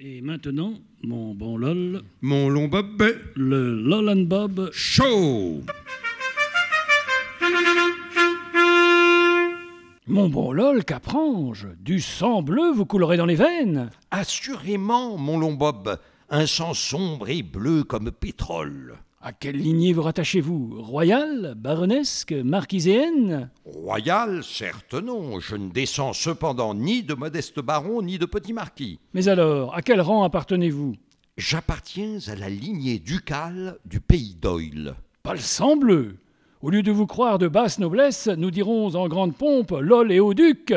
Et maintenant, mon bon LOL, Mon long bob le LOL and Bob. chaud. Mon bon LOL, qu'apprends-je Du sang bleu vous coulerez dans les veines Assurément, mon long Bob, un sang sombre et bleu comme pétrole. À quelle lignée vous rattachez-vous Royale Baronnesque Marquiséenne Royal, certes non, je ne descends cependant ni de modeste baron ni de petit marquis. Mais alors, à quel rang appartenez-vous J'appartiens à la lignée ducale du pays d'Oyle. Pas le sang bleu Au lieu de vous croire de basse noblesse, nous dirons en grande pompe LOL et au duc